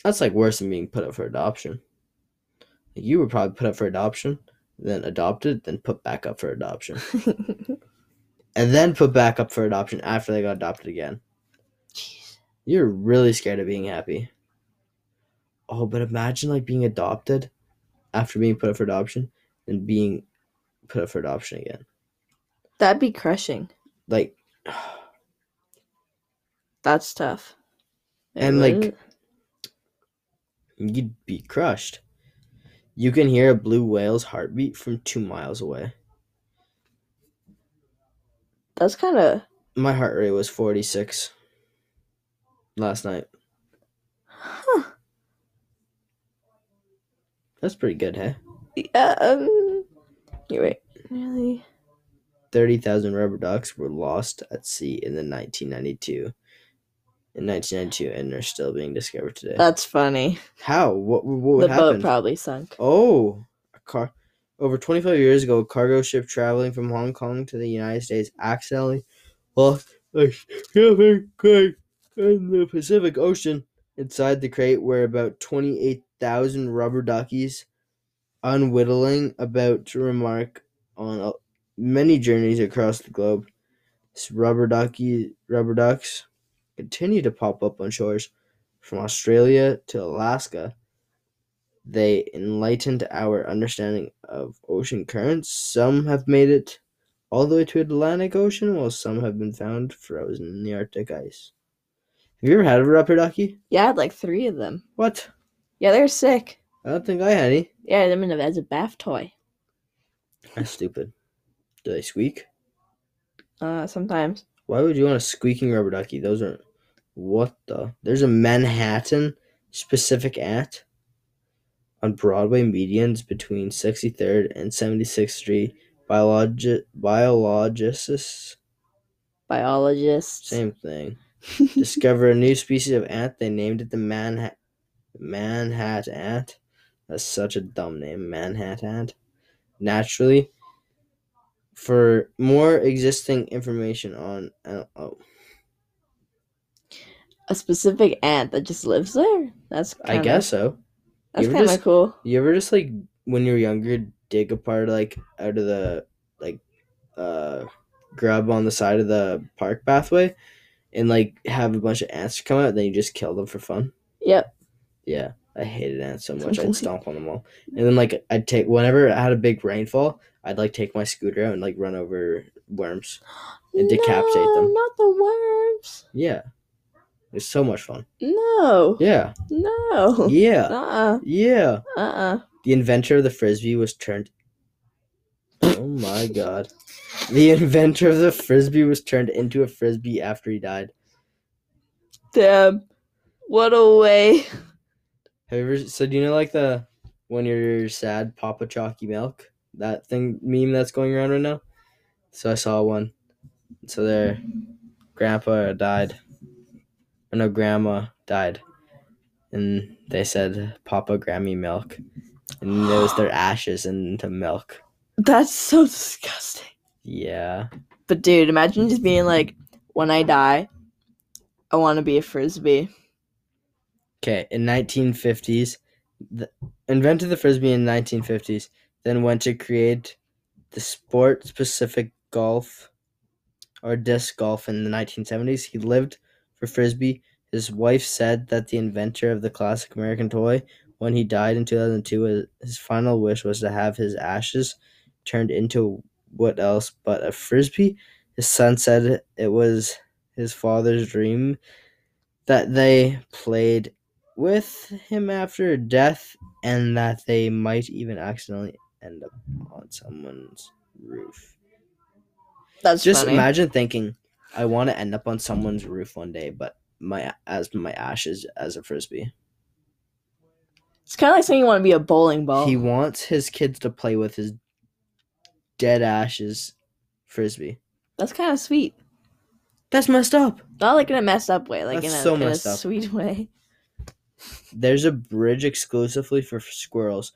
Speaker 1: that's like worse than being put up for adoption. Like you were probably put up for adoption, then adopted, then put back up for adoption, and then put back up for adoption after they got adopted again.
Speaker 2: Jeez.
Speaker 1: You're really scared of being happy. Oh, but imagine like being adopted after being put up for adoption and being put up for adoption again.
Speaker 2: That'd be crushing.
Speaker 1: Like
Speaker 2: That's tough. Mm, It
Speaker 1: And, like,
Speaker 2: would-
Speaker 1: you'd be crushed. You can hear a blue whale's heartbeat from 2 miles away.
Speaker 2: that's kind of
Speaker 1: My heart rate was 46 last night.
Speaker 2: huh.
Speaker 1: That's pretty good, hey.
Speaker 2: Yeah, um, you're right. Really,
Speaker 1: 30,000 rubber ducks were lost at sea in the 1992 in 1992 and are still being discovered today.
Speaker 2: that's funny.
Speaker 1: How? What what would
Speaker 2: Uh, the
Speaker 1: happen?
Speaker 2: boat probably sunk.
Speaker 1: Oh, a car. Over 25 years ago, a cargo ship traveling from Hong Kong to the United States accidentally lost a shipping crate in the Pacific Ocean. Inside the crate were about 28,000 rubber duckies, unwhittling, about to remark on a- many journeys across the globe. S- Rubber ducky, rubber ducks continue to pop up on shores from Australia to Alaska they enlightened our understanding of ocean currents. Some have made it all the way to Atlantic Ocean, while some have been found frozen in the Arctic ice. Have you ever had a rubber ducky?
Speaker 2: Yeah, I had like three of them.
Speaker 1: What?
Speaker 2: Yeah, they're sick.
Speaker 1: I don't think I had any.
Speaker 2: Yeah, them in a, as a bath toy.
Speaker 1: That's stupid. Do they squeak?
Speaker 2: Uh, sometimes
Speaker 1: Why would you want a squeaking rubber ducky? Those aren't. What the? There's a Manhattan specific at on Broadway medians between 63rd and 76th Street. Biologi- biologists,
Speaker 2: Biologists.
Speaker 1: same thing, discover a new species of ant. They named it the Manha- Manhat ant. That's such a dumb name, Manhat ant. Naturally, for more existing information on uh, oh,
Speaker 2: a specific ant that just lives there. That's
Speaker 1: I
Speaker 2: kinda,
Speaker 1: guess so.
Speaker 2: that's
Speaker 1: you were
Speaker 2: kind of
Speaker 1: just-
Speaker 2: cool.
Speaker 1: You ever just like when you're younger dig apart like out of the like uh grub on the side of the park pathway and like have a bunch of ants come out then you just kill them for fun?
Speaker 2: Yep.
Speaker 1: Yeah. I hated ants so much. I'd stomp on them all. And then like I'd take whenever I had a big rainfall, I'd like take my scooter out and like run over worms. And decapitate
Speaker 2: no,
Speaker 1: them.
Speaker 2: Not the worms.
Speaker 1: Yeah. It's so much fun.
Speaker 2: No.
Speaker 1: Yeah.
Speaker 2: No.
Speaker 1: Yeah.
Speaker 2: Uh-uh.
Speaker 1: Yeah.
Speaker 2: Uh-uh.
Speaker 1: The inventor of the frisbee was turned. Oh my god. The inventor of the frisbee was turned into a frisbee after he died.
Speaker 2: Damn. What a way.
Speaker 1: Have you ever. So, do you know, like, the. When you're sad, Papa Chalky Milk? That thing meme that's going around right now? So, I saw one. So, their grandpa died. Or no, grandma died. And they said, Papa Grammy Milk. And it was their ashes into milk.
Speaker 2: That's so disgusting.
Speaker 1: Yeah.
Speaker 2: But dude, imagine just being like, when I die, I want to be a frisbee.
Speaker 1: Okay, in 1950s, the, invented the frisbee in 1950s, then went to create the sport-specific golf or disc golf in the 1970s. He lived for frisbee. His wife said that the inventor of the classic American toy, when he died in 2002, his- uh, his final wish was to have his ashes turned into what else but a frisbee. His son said it was his father's dream that they played with him after death and that they might even accidentally end up on someone's roof.
Speaker 2: That's
Speaker 1: Just
Speaker 2: funny.
Speaker 1: imagine thinking, I want to end up on someone's roof one day, but my as my ashes as a frisbee.
Speaker 2: It's kind of like saying you want to be a bowling ball.
Speaker 1: He wants his kids to play with his dead ashes frisbee.
Speaker 2: That's kind of sweet.
Speaker 1: That's messed up.
Speaker 2: Not like in a messed up way, like
Speaker 1: That's
Speaker 2: in a,
Speaker 1: so
Speaker 2: in a
Speaker 1: messed up.
Speaker 2: sweet way.
Speaker 1: There's a bridge exclusively for squirrels.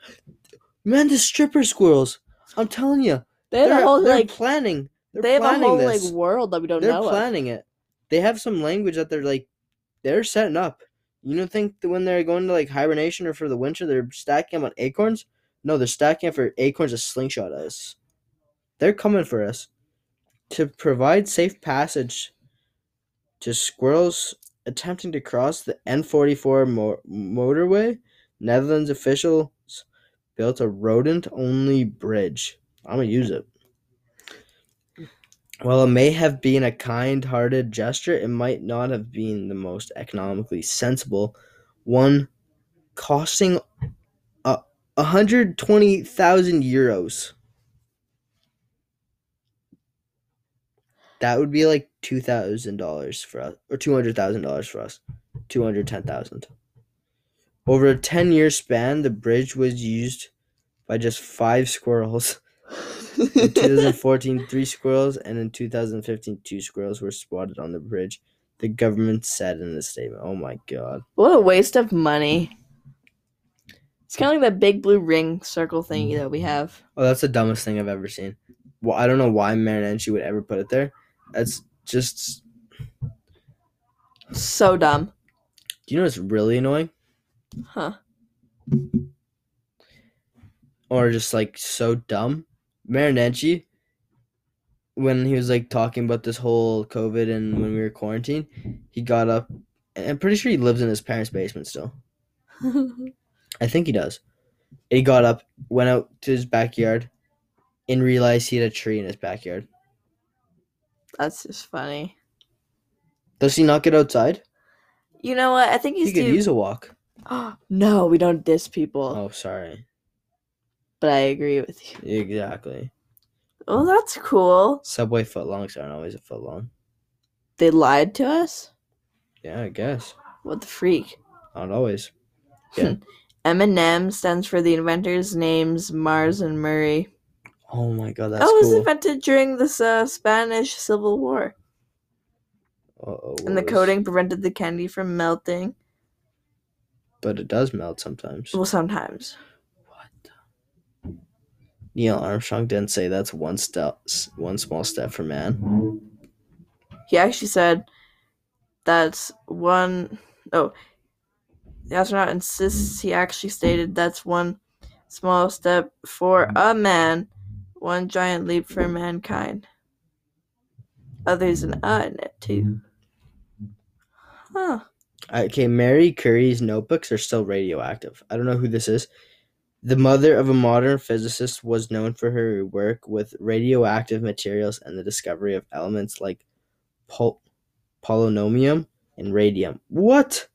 Speaker 1: Man, the stripper squirrels. I'm telling you,
Speaker 2: They have a
Speaker 1: They're-
Speaker 2: whole
Speaker 1: they're
Speaker 2: like
Speaker 1: planning. They're
Speaker 2: they have a
Speaker 1: planning
Speaker 2: whole
Speaker 1: this.
Speaker 2: like world that we don't
Speaker 1: they're
Speaker 2: know. of.
Speaker 1: planning it. They have some language that they're like they're setting up. You don't think that when they're going to like hibernation or for the winter, they're stacking up on acorns? No, they're stacking up for acorns to slingshot us. They're coming for us. To provide safe passage to squirrels attempting to cross the N44 mo- motorway, Netherlands officials built a rodent only bridge. I'm going to use it. While it may have been a kind hearted gesture, it might not have been the most economically sensible one, costing uh, 120,000 euros. That would be like $2,000 for us, or $200,000 for us. 210,000. Over a 10 year span, the bridge was used by just five squirrels. In 2014, three squirrels, and in 2015, two squirrels were spotted on the bridge. The government said in a statement, "Oh my god,
Speaker 2: what a waste of money. It's kind of like that big blue ring circle thingy that we have.
Speaker 1: oh that's the dumbest thing I've ever seen." Well, I don't know why Marinenshi would ever put it there. That's just.
Speaker 2: So dumb.
Speaker 1: Do you know what's really annoying,
Speaker 2: Huh.
Speaker 1: or just like so dumb? Marinenshi, when he was like talking about this whole COVID and when we were quarantined, he got up. and I'm pretty sure he lives in his parents' basement still. I think he does. He got up, went out to his backyard, and realized he had a tree in his backyard.
Speaker 2: That's just funny.
Speaker 1: Does he not get outside?
Speaker 2: You know what? I think he's
Speaker 1: he could
Speaker 2: due-
Speaker 1: use a walk.
Speaker 2: no, we don't diss people.
Speaker 1: Oh, sorry.
Speaker 2: But I agree with you.
Speaker 1: Exactly.
Speaker 2: Oh, that's cool.
Speaker 1: Subway footlongs aren't always a footlong.
Speaker 2: They lied to us?
Speaker 1: Yeah, I guess.
Speaker 2: What the freak?
Speaker 1: Not always. Yeah.
Speaker 2: M&M stands for the inventors' names Mars and Murray.
Speaker 1: Oh my god, that's
Speaker 2: Oh, it was
Speaker 1: cool.
Speaker 2: invented during this uh, Spanish Civil War,
Speaker 1: Uh-oh,
Speaker 2: and the
Speaker 1: what was-
Speaker 2: coating prevented the candy from melting.
Speaker 1: But it does melt sometimes.
Speaker 2: Well, sometimes.
Speaker 1: What? the- Neil Armstrong didn't say that's one step, s- one small step for man.
Speaker 2: He actually said that's one oh the astronaut insists he actually stated that's one small step for a man, one giant leap for mankind. Oh, there's an uh in it too. Huh.
Speaker 1: Okay, Mary Curie's notebooks are still radioactive. I don't know who this is. The mother of a modern physicist was known for her work with radioactive materials and the discovery of elements like pol- polynomium and radium. What?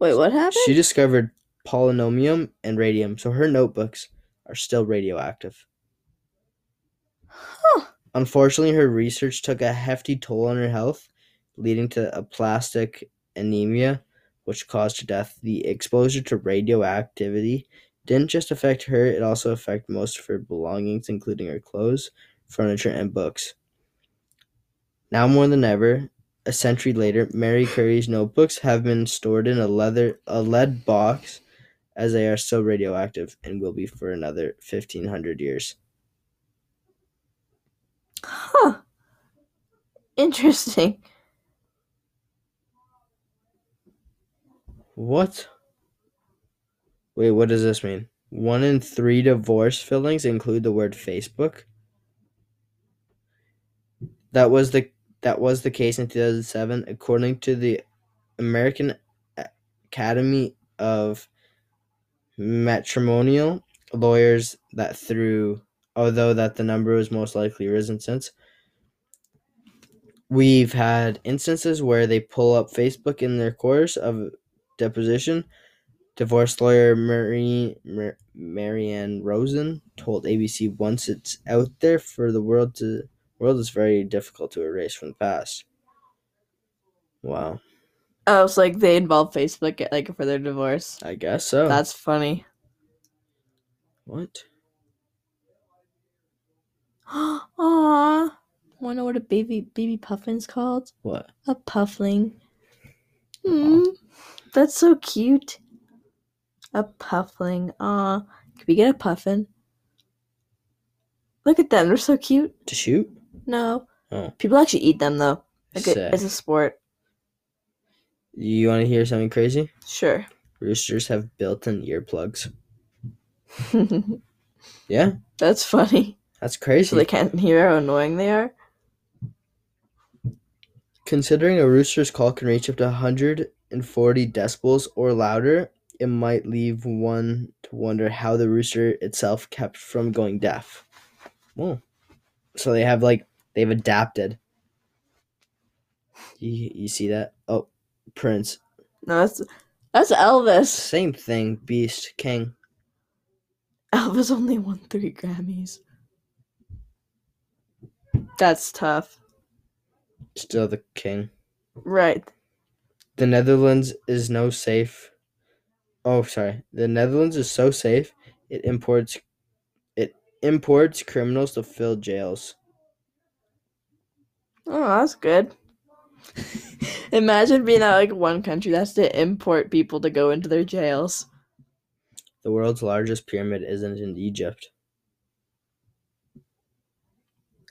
Speaker 2: Wait, what happened?
Speaker 1: She discovered polynomium and radium, so her notebooks are still radioactive.
Speaker 2: Huh.
Speaker 1: Unfortunately, her research took a hefty toll on her health, leading to aplastic anemia, which caused her death. The exposure to radioactivity didn't just affect her, it also affected most of her belongings, including her clothes, furniture, and books. Now more than ever, a century later, Mary Curie's notebooks have been stored in a leather a lead box as they are still radioactive and will be for another 1500 years.
Speaker 2: Huh. Interesting.
Speaker 1: What? Wait, what does this mean? One in three divorce fillings include the word Facebook. That was the that was the case in 2007, according to the American Academy of Matrimonial Lawyers. That through although that the number has most likely risen since. We've had instances where they pull up Facebook in their course of deposition, divorce lawyer Marie, Mar- Marianne Rosen told ABC once it's out there for the world to world is very difficult to erase from the past. Wow,
Speaker 2: Oh, it's like they involve Facebook like for their divorce.
Speaker 1: I guess so.
Speaker 2: That's funny.
Speaker 1: what?
Speaker 2: Aw. Wanna know what a baby baby puffin's called?
Speaker 1: What?
Speaker 2: A puffling. Hmm. That's so cute. A puffling. Aw. Could we get a puffin? Look at them. They're so cute.
Speaker 1: To shoot?
Speaker 2: No.
Speaker 1: Oh.
Speaker 2: People actually eat them though. Like it-
Speaker 1: Sick.
Speaker 2: it's a sport.
Speaker 1: You want to hear something crazy?
Speaker 2: Sure.
Speaker 1: Roosters have built-in earplugs. Yeah,
Speaker 2: That's funny.
Speaker 1: that's crazy.
Speaker 2: So they can't hear how annoying they are.
Speaker 1: Considering a rooster's call can reach up to 140 decibels or louder, it might leave one to wonder how the rooster itself kept from going deaf. Well, so they have like they've adapted. You, you see that? Oh, Prince,
Speaker 2: No, that's that's Elvis.
Speaker 1: same thing. Beast, King.
Speaker 2: Elvis only won three Grammys. That's tough.
Speaker 1: still the king.
Speaker 2: Right.
Speaker 1: The Netherlands is no safe. Oh, sorry. The Netherlands is so safe it imports it imports criminals to fill jails.
Speaker 2: Oh, that's good. Imagine being at like one country that's to import people to go into their jails.
Speaker 1: The world's largest pyramid isn't in Egypt.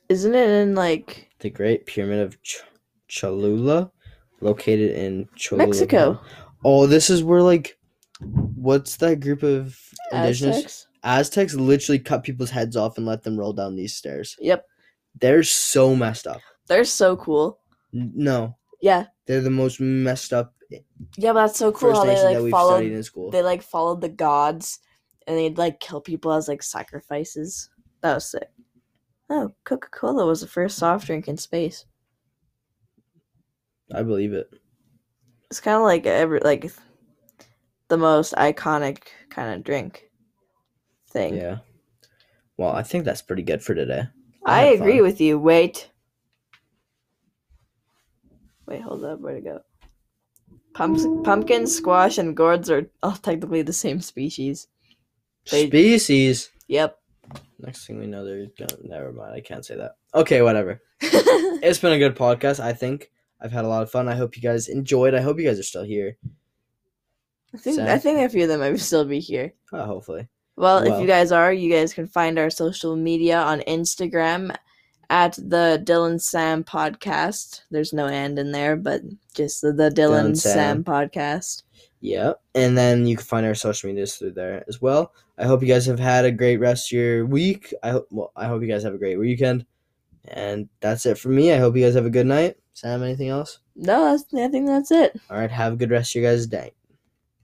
Speaker 2: Isn't it in like
Speaker 1: The Great Pyramid of Ch- Cholula, located in Cholula.
Speaker 2: Mexico?
Speaker 1: Oh, this is where like, what's that group of indigenous
Speaker 2: Aztecs?
Speaker 1: Aztecs literally cut people's heads off and let them roll down these stairs.
Speaker 2: Yep.
Speaker 1: They're so messed up.
Speaker 2: They're so cool.
Speaker 1: N- No,
Speaker 2: Yeah.
Speaker 1: They're the most messed up
Speaker 2: Yeah, but that's so cool
Speaker 1: First
Speaker 2: how they
Speaker 1: Nation
Speaker 2: like
Speaker 1: that we've
Speaker 2: followed
Speaker 1: studied in school.
Speaker 2: they like followed the gods and they'd like kill people as like sacrifices. That was sick. Oh, Coca Cola was the first soft drink in space.
Speaker 1: I believe it.
Speaker 2: it's kind of like every like the most iconic kind of drink thing.
Speaker 1: Yeah. Well, I think that's pretty good for today.
Speaker 2: I
Speaker 1: had
Speaker 2: agree
Speaker 1: fun.
Speaker 2: with you. Wait. Wait, hold up. Where'd it go? Pump- pumpkin, squash, and gourds are all technically the same species. They-
Speaker 1: Species.
Speaker 2: Yep.
Speaker 1: Next thing we know, they're done. Never mind. I can't say that. Okay, whatever. It's been a good podcast, I think. I've had a lot of fun. I hope you guys enjoyed. I hope you guys are still here.
Speaker 2: I think
Speaker 1: So-
Speaker 2: I think a few of them might still be here.
Speaker 1: Uh, hopefully.
Speaker 2: Well, if
Speaker 1: Well.
Speaker 2: you guys are, you guys can find our social media on Instagram at the Dylan Sam podcast. There's no and in there, but just the, the Dylan,
Speaker 1: Dylan Sam.
Speaker 2: Sam podcast.
Speaker 1: Yeah. And then you can find our social medias through there as well. I hope you guys have had a great rest of your week. I hope well, I hope you guys have a great weekend. And that's it for me. I hope you guys have a good night. Sam, anything else?
Speaker 2: No, that's, I think that's it.
Speaker 1: All right, have a good rest of your guys' day.